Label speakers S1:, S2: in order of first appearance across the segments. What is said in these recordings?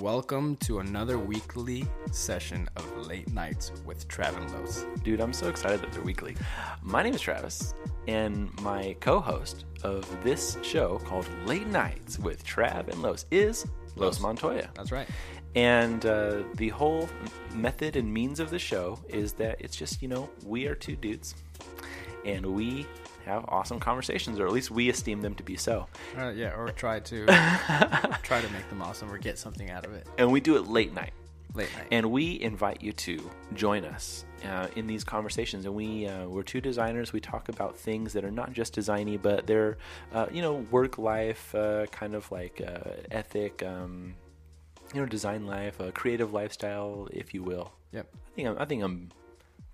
S1: Welcome to another weekly session of Late Nights with Trav and Los.
S2: Dude, I'm so excited that they're weekly. My name is Travis, and my co host of this show called Late Nights with Trav and Los is Los Montoya.
S1: That's right.
S2: And uh, the whole method and means of the show is that it's just, you know, we are two dudes and we have awesome conversations, or at least we esteem them to be so.
S1: Uh, yeah, or try to try to make them awesome or get something out of it.
S2: And we do it late night.
S1: Late night.
S2: And we invite you to join us uh, in these conversations. And we uh, we're two designers. We talk about things that are not just designy, but they're uh, you know work life, uh, kind of like uh, ethic, um, you know, design life, uh, creative lifestyle, if you will.
S1: yep.
S2: I think I'm, I think I'm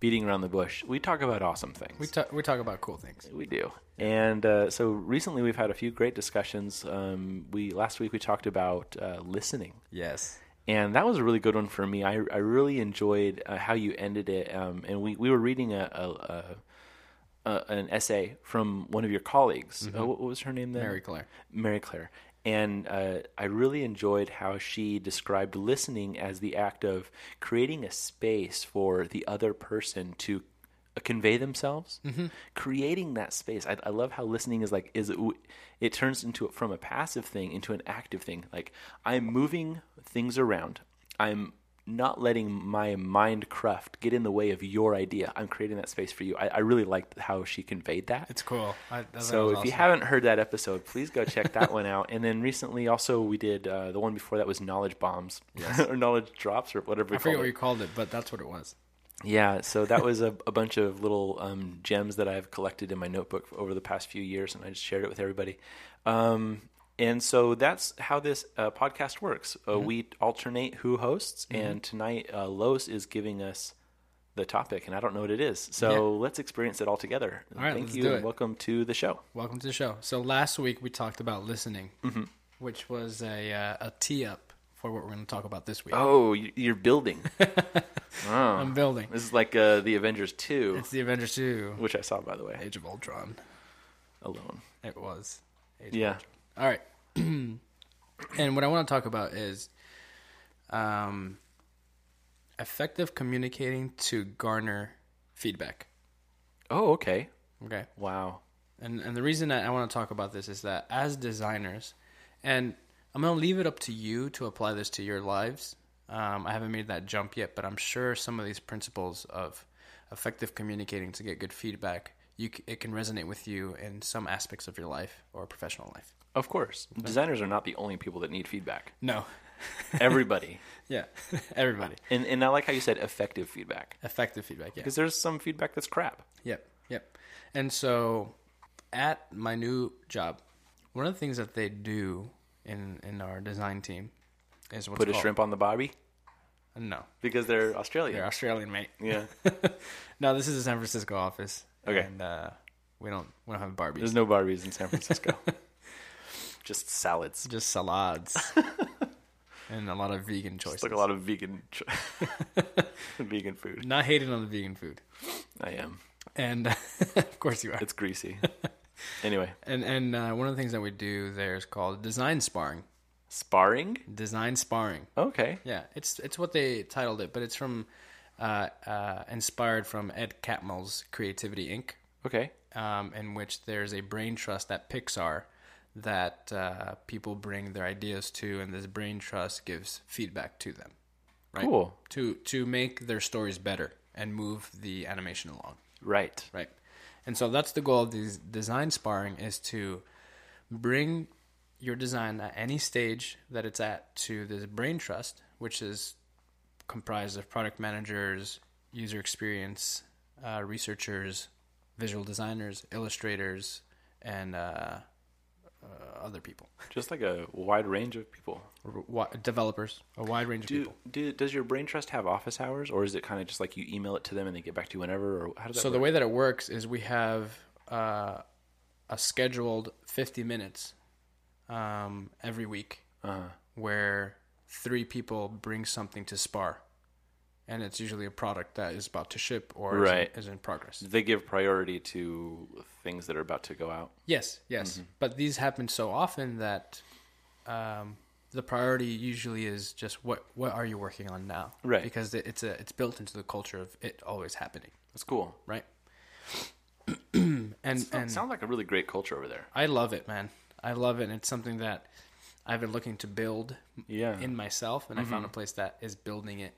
S2: beating around the bush. We talk about awesome things.
S1: We talk we talk about cool things.
S2: We do. And uh, so recently, we've had a few great discussions. Um, we last week we talked about uh, listening
S1: Yes.
S2: and that was a really good one for me. I, I really enjoyed uh, how you ended it, um, and we, we were reading a, a, a, a an essay from one of your colleagues. Uh, what was her name? Then
S1: Mary Claire.
S2: Mary Claire. And uh, I really enjoyed how she described listening as the act of creating a space for the other person to uh, convey themselves, creating that space. I, I love how listening is like is it, it turns into from a passive thing into an active thing. Like I'm moving things around. I'm not letting my mind craft get in the way of your idea. I'm creating that space for you. I, I really liked how she conveyed that.
S1: It's cool. I, that, that
S2: So
S1: was
S2: if you
S1: awesome.
S2: haven't heard that episode, please go check that one out. And then recently, also we did uh, the one before that was knowledge bombs or knowledge drops or whatever. We
S1: I forget
S2: call
S1: what
S2: it.
S1: you called it, but that's what it was.
S2: Yeah, so that was a, a bunch of little um, gems that I've collected in my notebook over the past few years, and I just shared it with everybody. Um, and so that's how this uh, podcast works. Uh,
S1: Mm-hmm.
S2: We alternate who hosts, and tonight uh, Los is giving us the topic, and I don't know what it is. So let's experience it all together.
S1: All right,
S2: Thank
S1: let's
S2: you,
S1: do
S2: and
S1: it.
S2: welcome to the show.
S1: Welcome to the show. So last week we talked about listening, which was a uh, a tee up for what we're going to talk about this week.
S2: Oh, you- you're building.
S1: I'm building.
S2: This is like uh, the Avengers 2,
S1: Um, It's the Avengers 2,
S2: which I saw, by the way,
S1: Age of Ultron.
S2: alone.
S1: It was. Age
S2: Yeah.
S1: All right. and what I want to talk about is um, effective communicating to garner feedback.
S2: Oh, okay.
S1: Okay.
S2: Wow.
S1: And and the reason that I want to talk about this is that as designers, and I'm gonna leave it up to you to apply this to your lives. Um, I haven't made that jump yet, but I'm sure some of these principles of effective communicating to get good feedback, you c- it can resonate with you in some aspects of your life or professional life.
S2: Of course. Designers are not the only people that need feedback.
S1: No,
S2: Everybody.
S1: yeah, everybody.
S2: and, and I like how you said effective feedback
S1: Effective feedback, yeah.
S2: because there's some feedback that's crap.
S1: Yep, yep. And so, at my new job, one of the things that they do in in our design team is what's
S2: Put a
S1: called-
S2: shrimp on the barbie
S1: No,
S2: because they're Australian.
S1: they're Australian, mate.
S2: Yeah.
S1: no, this is the San Francisco office.
S2: Okay.
S1: and uh, we don't we don't have Barbies,
S2: There's no barbies in San Francisco. Just salads.
S1: just salads and a lot of vegan
S2: It's
S1: choices.
S2: like a lot of vegan ch- vegan food.
S1: Not hating on the vegan food,
S2: I am.
S1: and of course you are.
S2: It's greasy. Anyway,
S1: And and uh, one of the things that we do there is called design sparring.
S2: sparring?
S1: Design sparring.
S2: Okay.
S1: Yeah, it's it's what they titled it, but it's from uh, uh, inspired from Ed Catmull's Creativity Inc.,
S2: Okay.
S1: um, in which there's a brain trust at Pixar that uh, people bring their ideas to, and this brain trust gives feedback to them, right?
S2: Cool.
S1: To to make their stories better and move the animation along.
S2: Right.
S1: Right. And so that's the goal of these design sparring is to bring your design at any stage that it's at to this brain trust, which is comprised of product managers, user experience, uh, researchers, visual designers, illustrators, and uh, uh, other people,
S2: Just like a wide range of people.
S1: R- wi- developers, a wide range of
S2: Do,
S1: people.
S2: do does your brain trust have office hours, or is it kind of just like you email it to them and they get back to you whenever, or how does that?
S1: So the way that it works is we have uh, a scheduled 50 minutes um, every week
S2: Uh-huh.
S1: where three people bring something to spar. And it's usually a product that is about to ship or is in-
S2: Right.
S1: is, in, progress.
S2: Do they give priority to things that are about to go out?
S1: Yes, yes. But these happen so often that um, the priority usually is just what what are you working on now,
S2: Right.
S1: Because it- it's a it's built into the culture of it always happening,
S2: That's cool.
S1: right? and and
S2: Sounds like a really great culture over there.
S1: I love it, man. I love it. And it's something that I've been looking to build
S2: Yeah.
S1: in myself, and I
S2: Mm-hmm.
S1: found a place that is building it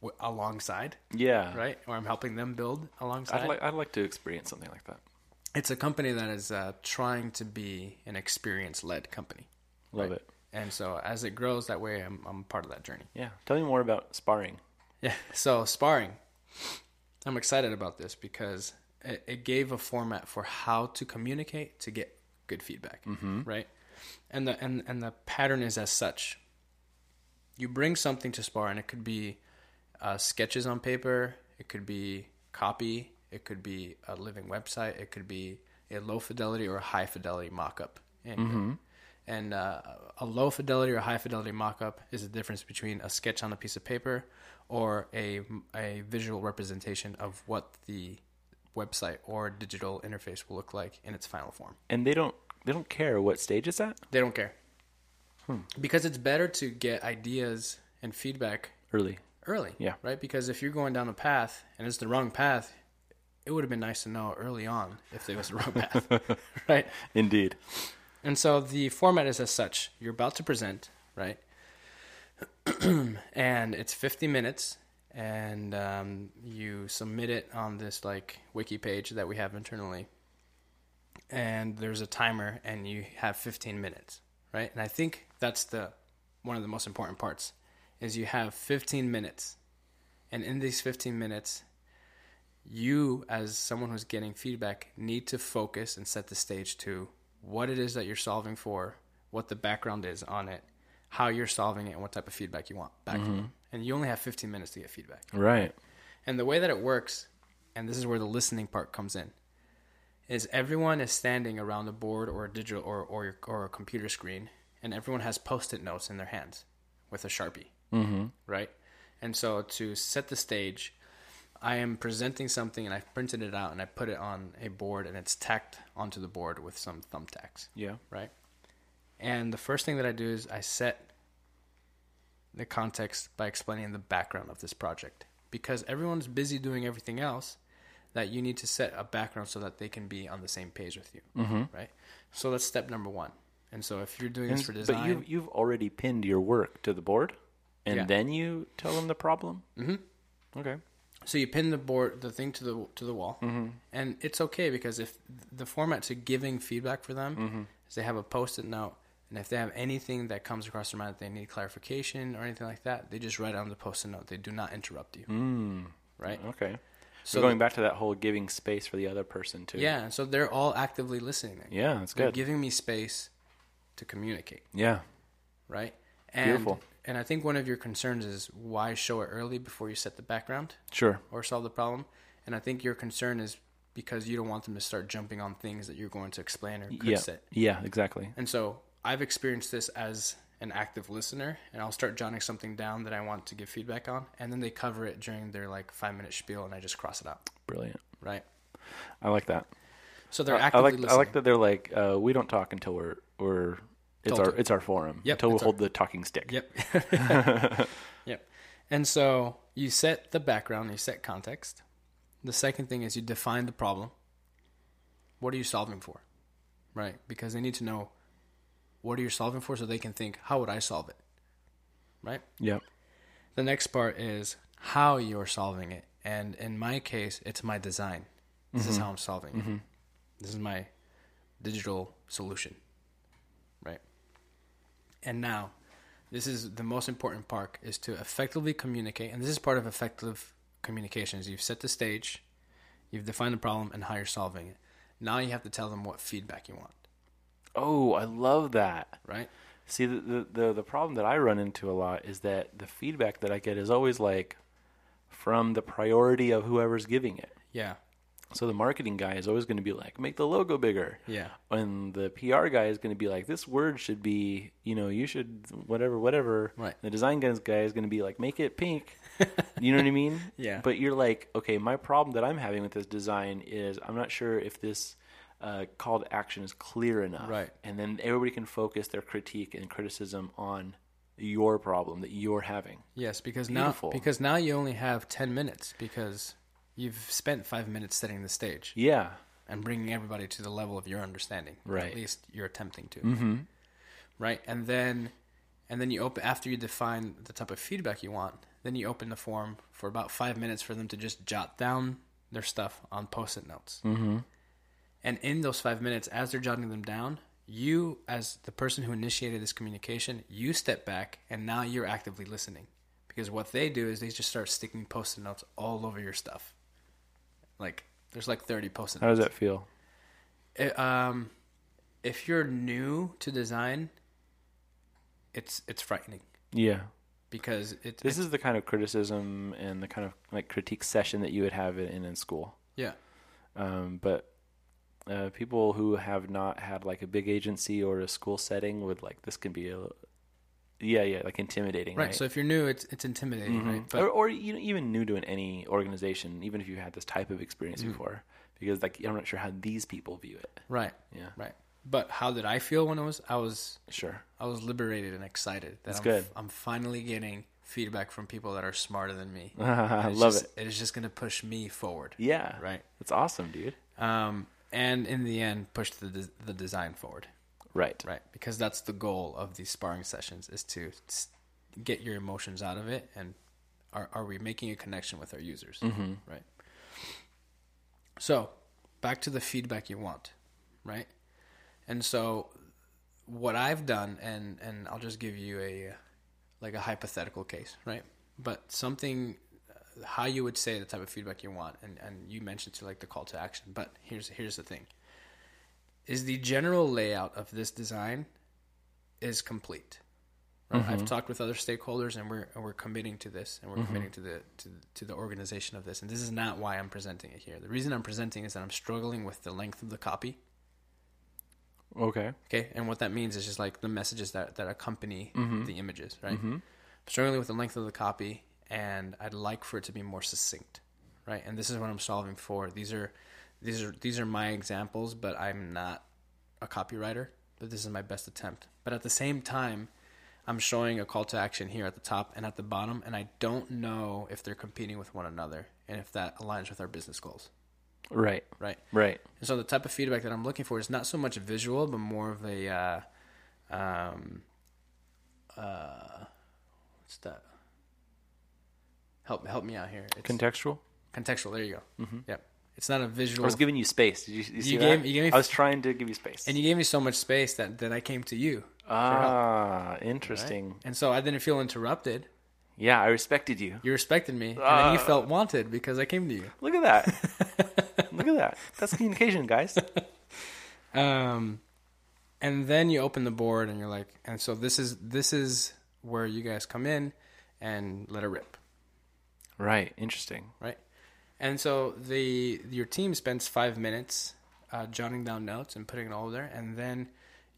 S1: w- alongside,
S2: yeah.
S1: right? Or I'm helping them build alongside.
S2: Mm. I'd like I'd like to experience something like that.
S1: it's a company that is uh, trying to be an experience led company.
S2: Love it.
S1: And so as it grows that way, I'm, I'm part of that journey.
S2: Yeah. Tell me more about sparring.
S1: Yeah. So sparring, I'm excited about this because it, it gave a format for how to communicate to get good feedback, right? And the and and the pattern is as such. You bring something to spar, and it could be uh, sketches on paper, it could be copy, it could be a living website, it could be a low fidelity or a high fidelity mock-up. And, and uh, a low fidelity or high fidelity mock-up is the difference between a sketch on a piece of paper or a, a visual representation of what the website or digital interface will look like in its final form.
S2: And they don't they don't care what stage it's at
S1: They don't care. Because it's better to get ideas and feedback
S2: early.
S1: early.
S2: Yeah.
S1: Right? Because if you're going down a path and it's the wrong path, it would have been nice to know early on if it was the wrong path. right?
S2: Indeed.
S1: And so the format is as such you're about to present, right? and it's 50 minutes, and um, you submit it on this like wiki page that we have internally. And there's a timer, and you have 15 minutes, right? And I think that's the one of the most important parts is you have 15 minutes, and in these 15 minutes, you as someone who's getting feedback need to focus and set the stage to what it is that you're solving for what the background is on it how you're solving it and what type of feedback you want back from them. and you only have 15 minutes to get feedback
S2: Right.
S1: and the way that it works and this is where the listening part comes in is everyone is standing around a board or a digital or, or, your- or a computer screen and everyone has post-it notes in their hands with a sharpie mm-hmm. right and so to set the stage i am presenting something and i've printed it out and i put it on a board and it's tacked onto the board with some thumbtacks
S2: Yeah.
S1: right? And the first thing that I do is I set the context by explaining the background of this project because everyone's busy doing everything else that you need to set a background so that they can be on the same page with you,
S2: Mm-hmm.
S1: right? So that's step number one. And so if you're doing this for design,
S2: But you you've already pinned your work to the board, and
S1: Yeah.
S2: then you tell them the problem. Mm-hmm. Okay.
S1: so you pin the board the thing to the to the wall
S2: Mm-hmm.
S1: and it's okay because if the format to giving feedback for them
S2: Mm-hmm.
S1: is they have a post-it note and if they have anything that comes across their mind that they need clarification or anything like that they just write on the post-it note they do not interrupt you right
S2: Okay.
S1: So
S2: So Mm. going back to that whole giving space for the other person to
S1: yeah and so they're all actively listening
S2: Yeah, that's
S1: they're
S2: good.
S1: giving me space to communicate
S2: yeah.
S1: right and
S2: Beautiful.
S1: and i think one of your concerns is why show it early before you set the background
S2: Sure.
S1: or solve the problem. And I think your concern is because you don't want them to start jumping on things that you're going to explain or
S2: yeah.
S1: criticize.
S2: Yeah, exactly.
S1: And so I've experienced this as an active listener, and I'll start jotting something down that I want to give feedback on, and then they cover it during their like five minute spiel, and I just cross it out,
S2: Brilliant.
S1: right?
S2: I like that.
S1: So they're
S2: I
S1: actively
S2: like
S1: listening.
S2: I like that they're like uh, we don't talk until we're we're it's
S1: Told
S2: our
S1: to.
S2: it's our forum
S1: Yep,
S2: until we
S1: it's our-
S2: hold the talking stick.
S1: Yep. yep. And so you set the background, you set context. The second thing is you define the problem. What are you solving for? Right? Because they need to know what are you solving for so they can think, how would I solve it? Right?
S2: Yep.
S1: The next part is how you're solving it. And in my case, it's my design. This is how I'm solving it. This is my digital solution. Right? And now, this is the most important part is to effectively communicate. And this is part of effective communications. You've set the stage, you've defined the problem and how you're solving it. Now you have to tell them what feedback you want,
S2: Oh, I love that.
S1: right?
S2: See, the, the the the problem that I run into a lot is that the feedback that I get is always like from the priority of whoever's giving it.
S1: Yeah.
S2: So the marketing guy is always going to be like, make the logo bigger.
S1: Yeah.
S2: And the PR guy is going to be like, this word should be, you know, you should whatever, whatever.
S1: Right.
S2: The design guys guy is going to be like, make it pink. you know what I mean?
S1: Yeah.
S2: But you're like, okay, my problem that I'm having with this design is I'm not sure if this uh, call to action is clear enough,
S1: Right.
S2: and then everybody can focus their critique and criticism on your problem that you're having.
S1: Yes, because
S2: Beautiful.
S1: now because now you only have 10 minutes because you've spent 5 minutes setting the stage
S2: Yeah,
S1: and bringing everybody to the level of your understanding. or
S2: Right. Mm-hmm.
S1: At least you're attempting to. Right? And then and then you open after you define the type of feedback you want, then you open the form for about 5 minutes for them to just jot down their stuff on post-it notes. Mm-hmm. And in those 5 minutes as they're jotting them down, you as the person who initiated this communication, you step back and now you're actively listening. Because what they do is they just start sticking post-it notes all over your stuff. Like there's like 30 post-it
S2: how does that feel?
S1: it, um, if you're new to design, it's it's frightening
S2: Yeah,
S1: because it,
S2: this is the kind of criticism and the kind of like critique session that you would have in in school.
S1: yeah
S2: um, but uh, people who have not had like a big agency or a school setting would like this can be a yeah yeah like intimidating
S1: right.
S2: right, Mm-hmm.
S1: So if you're new, it's it's intimidating, right? But
S2: or, or you know, even new to an, any organization even if you had this type of experience
S1: Mm.
S2: before because like i'm not sure how these people view it
S1: right,
S2: yeah
S1: right. But how did I feel when I was I was
S2: sure
S1: I was liberated and excited that I'm,
S2: good.
S1: I'm finally getting feedback from people that are smarter than me.
S2: i
S1: It's
S2: love
S1: just-
S2: it
S1: It is just going to push me forward,
S2: yeah
S1: right?
S2: that's awesome dude
S1: Um, and in the end, push the des- the design forward.
S2: right
S1: Right, because that's the goal of these sparring sessions is to s- get your emotions out of it and are are we making a connection with our users? Right. So, back to the feedback you want, right? And so what I've done and and I'll just give you a uh, like a hypothetical case, right? But something uh, how you would say the type of feedback you want and and you mentioned to like the call to action, but here's here's the thing is the general layout of this design is complete. Right? I've talked with other stakeholders, and we're and we're committing to this, and we're committing to the to, to the organization of this. And this is not why I'm presenting it here. The reason I'm presenting is that I'm struggling with the length of the copy.
S2: okay
S1: Okay, and what that means is just like the messages that that accompany the images, right? I'm struggling with the length of the copy, and I'd like for it to be more succinct, right? And this is what I'm solving for. These are these are these are my examples, but I'm not a copywriter, but this is my best attempt. But at the same time, I'm showing a call to action here at the top and at the bottom, and I don't know if they're competing with one another and if that aligns with our business goals,
S2: right
S1: right?
S2: right
S1: And so the type of feedback that I'm looking for is not so much visual, but more of a, uh, um, uh, what's that? Help help me out here. It's
S2: contextual
S1: contextual. There you go. Yep. It's not a
S2: i
S1: visual.
S2: was giving you space did you, you see
S1: gave-
S2: that?
S1: you gave me-
S2: i was trying to give you space
S1: and you gave me so much space that that I came to you.
S2: ah interesting
S1: And so I didn't feel interrupted.
S2: yeah i respected you
S1: You respected me, and then you felt wanted because I came to you.
S2: Look at that. Look at that. That's communication, guys.
S1: um, and then you open the board and you're like and so this is this is where you guys come in and let it rip
S2: Right. Interesting.
S1: right and so the your team spends five minutes uh, jotting down notes and putting it all there and then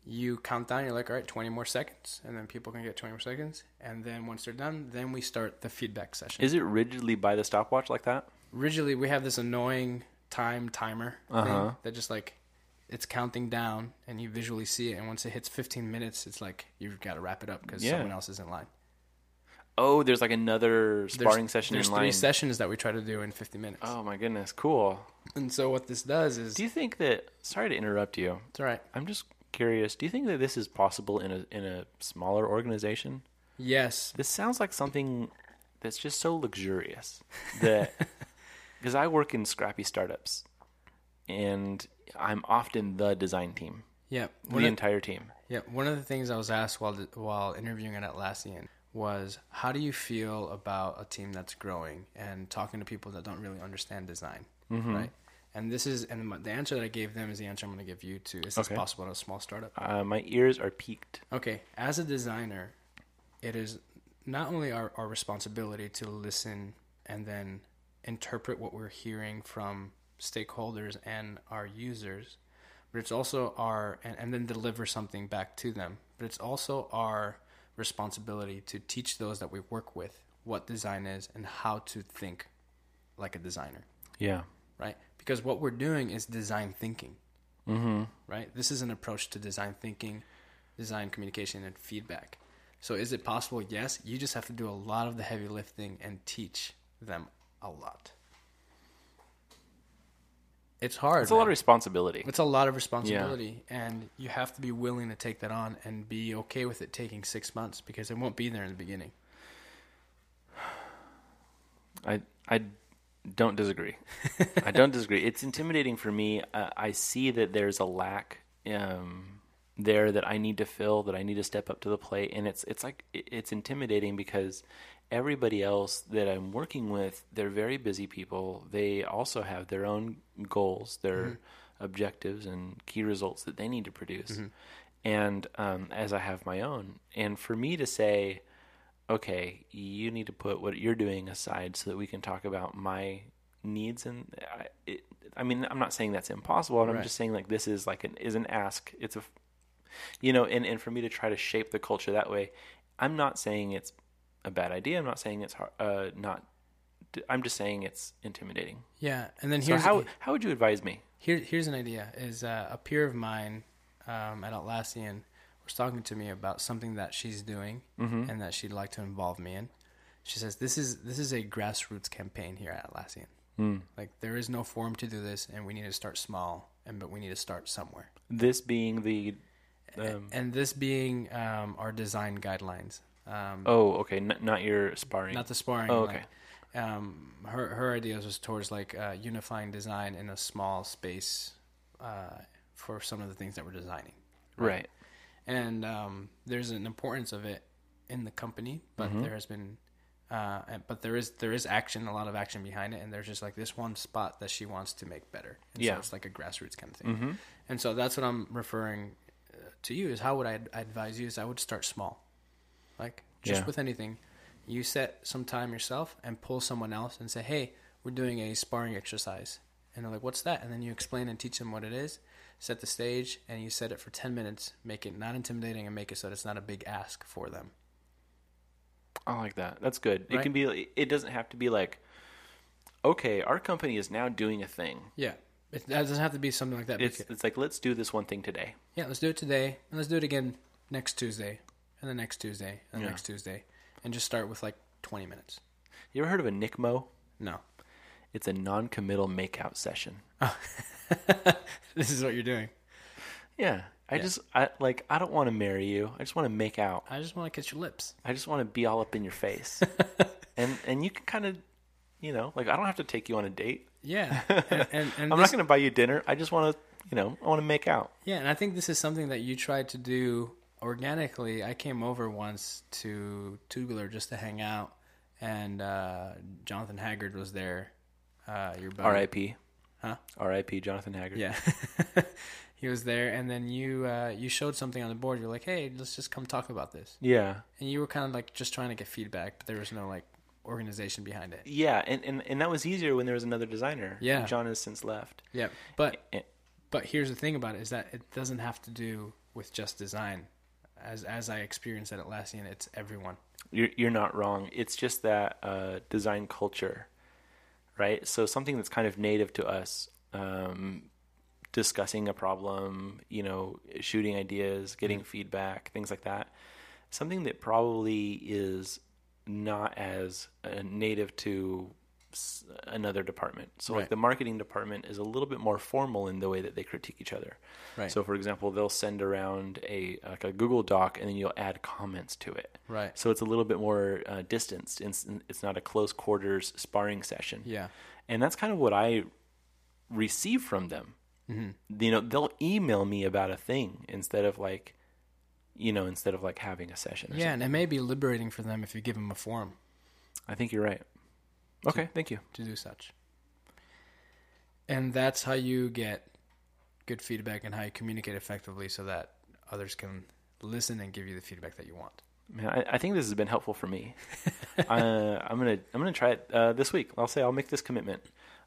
S1: you count down you're like all right 20 more seconds and then people can get 20 more seconds and then once they're done then we start the feedback session
S2: Is it rigidly by the stopwatch like that?
S1: rigidly we have this annoying time timer
S2: Uh-huh.
S1: thing that just like it's counting down and you visually see it and once it hits 15 minutes it's like you've got to wrap it up because
S2: Yeah.
S1: someone else is in line
S2: Oh, there's like another
S1: there's,
S2: sparring session
S1: there's
S2: in
S1: three
S2: line.
S1: sessions that we try to do in 50 minutes
S2: oh my goodness, cool.
S1: and so what this does is
S2: Do you think that sorry to interrupt you.
S1: it's all right
S2: I'm just curious. Do you think that this is possible in a in a smaller organization?
S1: yes
S2: This sounds like something that's just so luxurious that because I work in scrappy startups and I'm often the design team,
S1: yeah
S2: the
S1: one, of,
S2: entire team.
S1: yeah one of the things i was asked while while interviewing at atlassian was how do you feel about a team that's growing and talking to people that don't really understand design right and this is and the answer that i gave them is the answer i'm going to give you to is this
S2: Okay.
S1: possible at a small startup
S2: Uh, my ears are peaked.
S1: Okay, as a designer, it is not only our, our responsibility to listen and then interpret what we're hearing from stakeholders and our users, but it's also our, and, and then deliver something back to them, but it's also our responsibility to teach those that we work with what design is and how to think like a designer
S2: Yeah.
S1: right? Because what we're doing is design thinking. Mm-hmm. Right? This is an approach to design thinking, design communication, and feedback. So is it possible? Yes. You just have to do a lot of the heavy lifting and teach them a lot. It's hard.
S2: It's a lot
S1: man.
S2: of responsibility.
S1: It's a lot of responsibility, and you have to be willing to take that on and be okay with it taking six months because it won't be there in the beginning.
S2: I I don't disagree. I don't disagree. It's intimidating for me. Uh, I see that there's a lack um, there that I need to fill. That I need to step up to the plate, and it's it's like it- it's intimidating because everybody else that I'm working with, they're very busy people. They also have their own goals, their objectives, and key results that they need to produce. And um, as I have my own, and for me to say, okay, you need to put what you're doing aside so that we can talk about my needs and I, it, I mean, I'm not saying that's impossible. I'm
S1: Right.
S2: just saying like this is like an is an ask. It's a you know, and and for me to try to shape the culture that way, I'm not saying it's a bad idea. I'm not saying it's hard, uh not I'm just saying it's intimidating.
S1: Yeah, and then
S2: So
S1: here's
S2: how how would you advise me?
S1: here here's an idea is uh, a peer of mine um, at Atlassian was talking to me about something that she's doing and that she'd like to involve me in. She says this is this is a grassroots campaign here at Atlassian. Like there is no forum to do this, and we need to start small, and but we need to start somewhere.
S2: This being the um,
S1: And this being um, our design guidelines. Um,
S2: oh, okay, n- not your sparring.
S1: not the sparring.
S2: Oh,
S1: like, um, her her ideas was towards like uh, unifying design in a small space uh, for some of the things that we're designing,
S2: right.
S1: and um, there's an importance of it in the company, but
S2: Mm-hmm.
S1: there has been. Uh, and- but there is there is action, a lot of action behind it, and there's just like this one spot that she wants to make better. And
S2: Yeah. Mm-hmm.
S1: so it's like a grassroots kind of thing. And so that's what I'm referring uh, to you is how would I ad- advise you is I would start small, like just
S2: Yeah.
S1: with anything. You set some time yourself and pull someone else and say, "Hey, we're doing a sparring exercise," and they're like, "What's that?" And then you explain and teach them what it is. Set the stage and you set it for ten minutes. Make it not intimidating and make it so that it's not a big ask for them.
S2: I like that. That's good. It
S1: Right?
S2: can be. It doesn't have to be like, okay, our company is now doing a thing.
S1: Yeah, it, that doesn't have to be something like that.
S2: It's
S1: Make it-
S2: it's like let's do this one thing today.
S1: yeah, let's do it today, and let's do it again next Tuesday, and the next Tuesday, and the
S2: Yeah.
S1: next Tuesday, and just start with like twenty minutes.
S2: You ever heard of a NICMO?
S1: No,
S2: It's a non-committal makeout session.
S1: this is what you're doing.
S2: Yeah, I just I like I don't want to marry you. I just want to make out.
S1: I just want to kiss your lips.
S2: I just want to be all up in your face. and and you can kind of, you know, like I don't have to take you on a date.
S1: Yeah, and, and, and
S2: I'm
S1: this-
S2: not going to buy you dinner. I just want to, you know, I want to make out.
S1: Yeah, and I think this is something that you tried to do organically. I came over once to Tubular just to hang out, and uh, Jonathan Haggard was there. Uh, your buddy,
S2: R.I.P.
S1: Huh?
S2: R.I.P. Jonathan Haggard.
S1: Yeah, he was there, and then you uh, you showed something on the board. You're like, "Hey, let's just come talk about this,"
S2: Yeah.
S1: and you were kind of like just trying to get feedback, but there was no like organization behind it.
S2: Yeah, and, and and that was easier when there was another designer.
S1: Yeah.
S2: John has since left.
S1: Yeah, but
S2: And-
S1: but here's the thing about it is that it doesn't have to do with just design. As as I experienced at Atlassian, it's everyone.
S2: You're you're not wrong. It's just that uh, design culture, right? So something that's kind of native to us, um, discussing a problem, you know, shooting ideas, getting
S1: Mm-hmm.
S2: feedback, things like that. Something that probably is not as uh, native to s- another department. So like
S1: Right.
S2: the marketing department is a little bit more formal in the way that they critique each other.
S1: Right.
S2: So for example, they'll send around a like a Google Doc and then you'll add comments to it.
S1: Right.
S2: So it's a little bit more uh, distanced. It's, it's not a close quarters sparring session.
S1: Yeah.
S2: And that's kind of what I receive from them.
S1: Mm-hmm.
S2: You know, they'll email me about a thing instead of like, you know, instead of like having a session. Or
S1: Yeah, and it may be liberating for them if you give them a forum
S2: something. I think you're right. Okay. Thank you.
S1: to do such. And that's how you get good feedback and how you communicate effectively so that others can listen and give you the feedback that you want.
S2: Man, I, I think this has been helpful for me. uh, I'm gonna I'm gonna try it uh, this week. I'll say I'll make this commitment.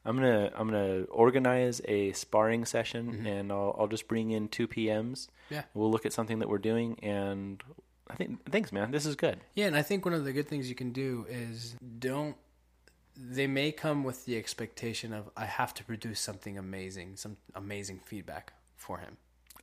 S2: I'm gonna I'm gonna organize a sparring session, and I'll I'll just bring in two PMs.
S1: Yeah.
S2: we'll look at something that we're doing, and I think thanks, man. This is good.
S1: Yeah, and I think one of the good things you can do is don't they may come with the expectation of I have to produce something amazing, some amazing feedback for him.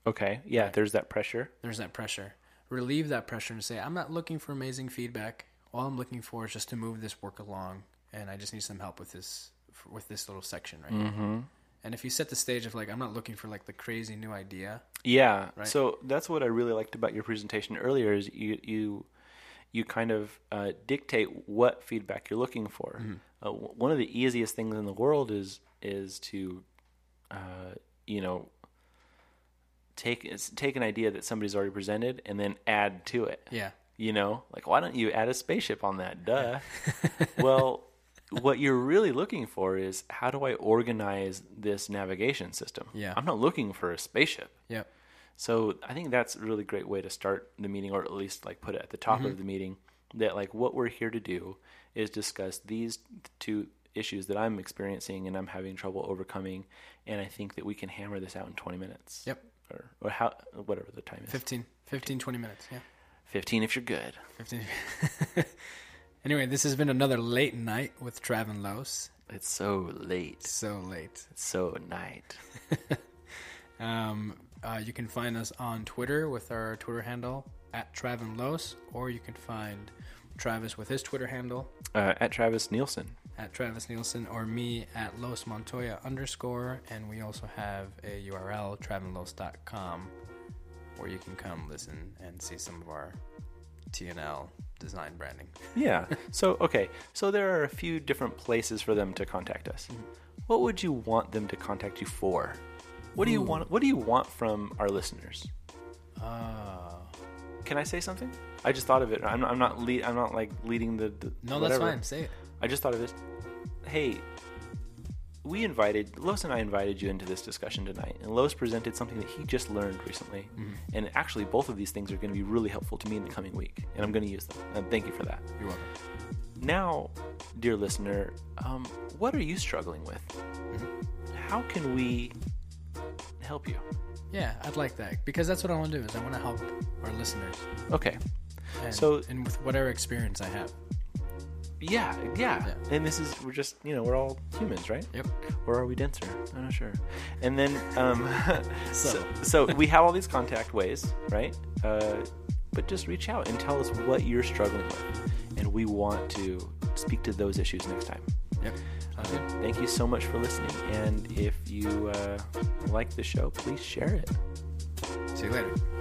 S2: Okay. Yeah, there's that pressure.
S1: There's that pressure. Relieve that pressure and say, I'm not looking for amazing feedback. All I'm looking for is just to move this work along, and I just need some help with this with this little section right here. And if you set the stage of like, I'm not looking for like the crazy new idea.
S2: Yeah. So that's what I really liked about your presentation earlier is you you you kind of uh, dictate what feedback you're looking for. Uh, w- one of the easiest things in the world is is to uh, you know take is take an idea that somebody's already presented and then add to it.
S1: Yeah.
S2: You know, like why don't you add a spaceship on that? Duh. well, what you're really looking for is how do I organize this navigation system?
S1: Yeah.
S2: I'm not looking for a spaceship.
S1: Yep.
S2: So I think that's a really great way to start the meeting, or at least like put it at the top of the meeting. That like what we're here to do is discuss these two issues that I'm experiencing and I'm having trouble overcoming, and I think that we can hammer this out in 20 minutes.
S1: Yep.
S2: Or, or how whatever the time is,
S1: 15, 15, 20 minutes. Yeah.
S2: 15 if you're good.
S1: 15. anyway, this has been another late night with Trav and Los.
S2: It's so late,
S1: So late.
S2: it's so night.
S1: Um, uh, you can find us on Twitter with our Twitter handle at Trav and Los, or you can find Travis with his Twitter handle
S2: Uh, at Travis Nielsen.
S1: at Travis Nielsen or me at Los Montoya underscore. And we also have a URL, travinlos.com, where you can come listen and see some of our TNL design branding.
S2: Yeah. So okay. So there are a few different places for them to contact us.
S1: Mm-hmm.
S2: What would you want them to contact you for? What
S1: Hmm.
S2: do you want? What do you want from our listeners?
S1: Uh,
S2: Can I say something? I just thought of it. I'm, I'm not. Lead, I'm not like leading the. the
S1: no, that's
S2: whatever.
S1: fine. Say it.
S2: I just thought of this. Hey, we invited Los and I invited you into this discussion tonight, and Los presented something that he just learned recently.
S1: Mm-hmm.
S2: And actually, both of these things are going to be really helpful to me in the coming week, and I'm going to use them. And thank you for that.
S1: You're welcome.
S2: Now, dear listener, um, what are you struggling with? How can we help you?
S1: Yeah, I'd like that because that's what I want to do is I want to help our listeners.
S2: Okay.
S1: And,
S2: So-
S1: and with whatever experience I have.
S2: Yeah, yeah,
S1: Yeah.
S2: And this is, we're just, you know, we're all humans, right?
S1: Yep.
S2: Or are we denser? I'm not sure. And then, um, so,
S1: So.
S2: so we have all these contact ways, right? Uh, but just reach out and tell us what you're struggling with. And we want to speak to those issues next time.
S1: Yep. Sounds good.
S2: Thank you so much for listening. And if you uh, like the show, please share it.
S1: See you later.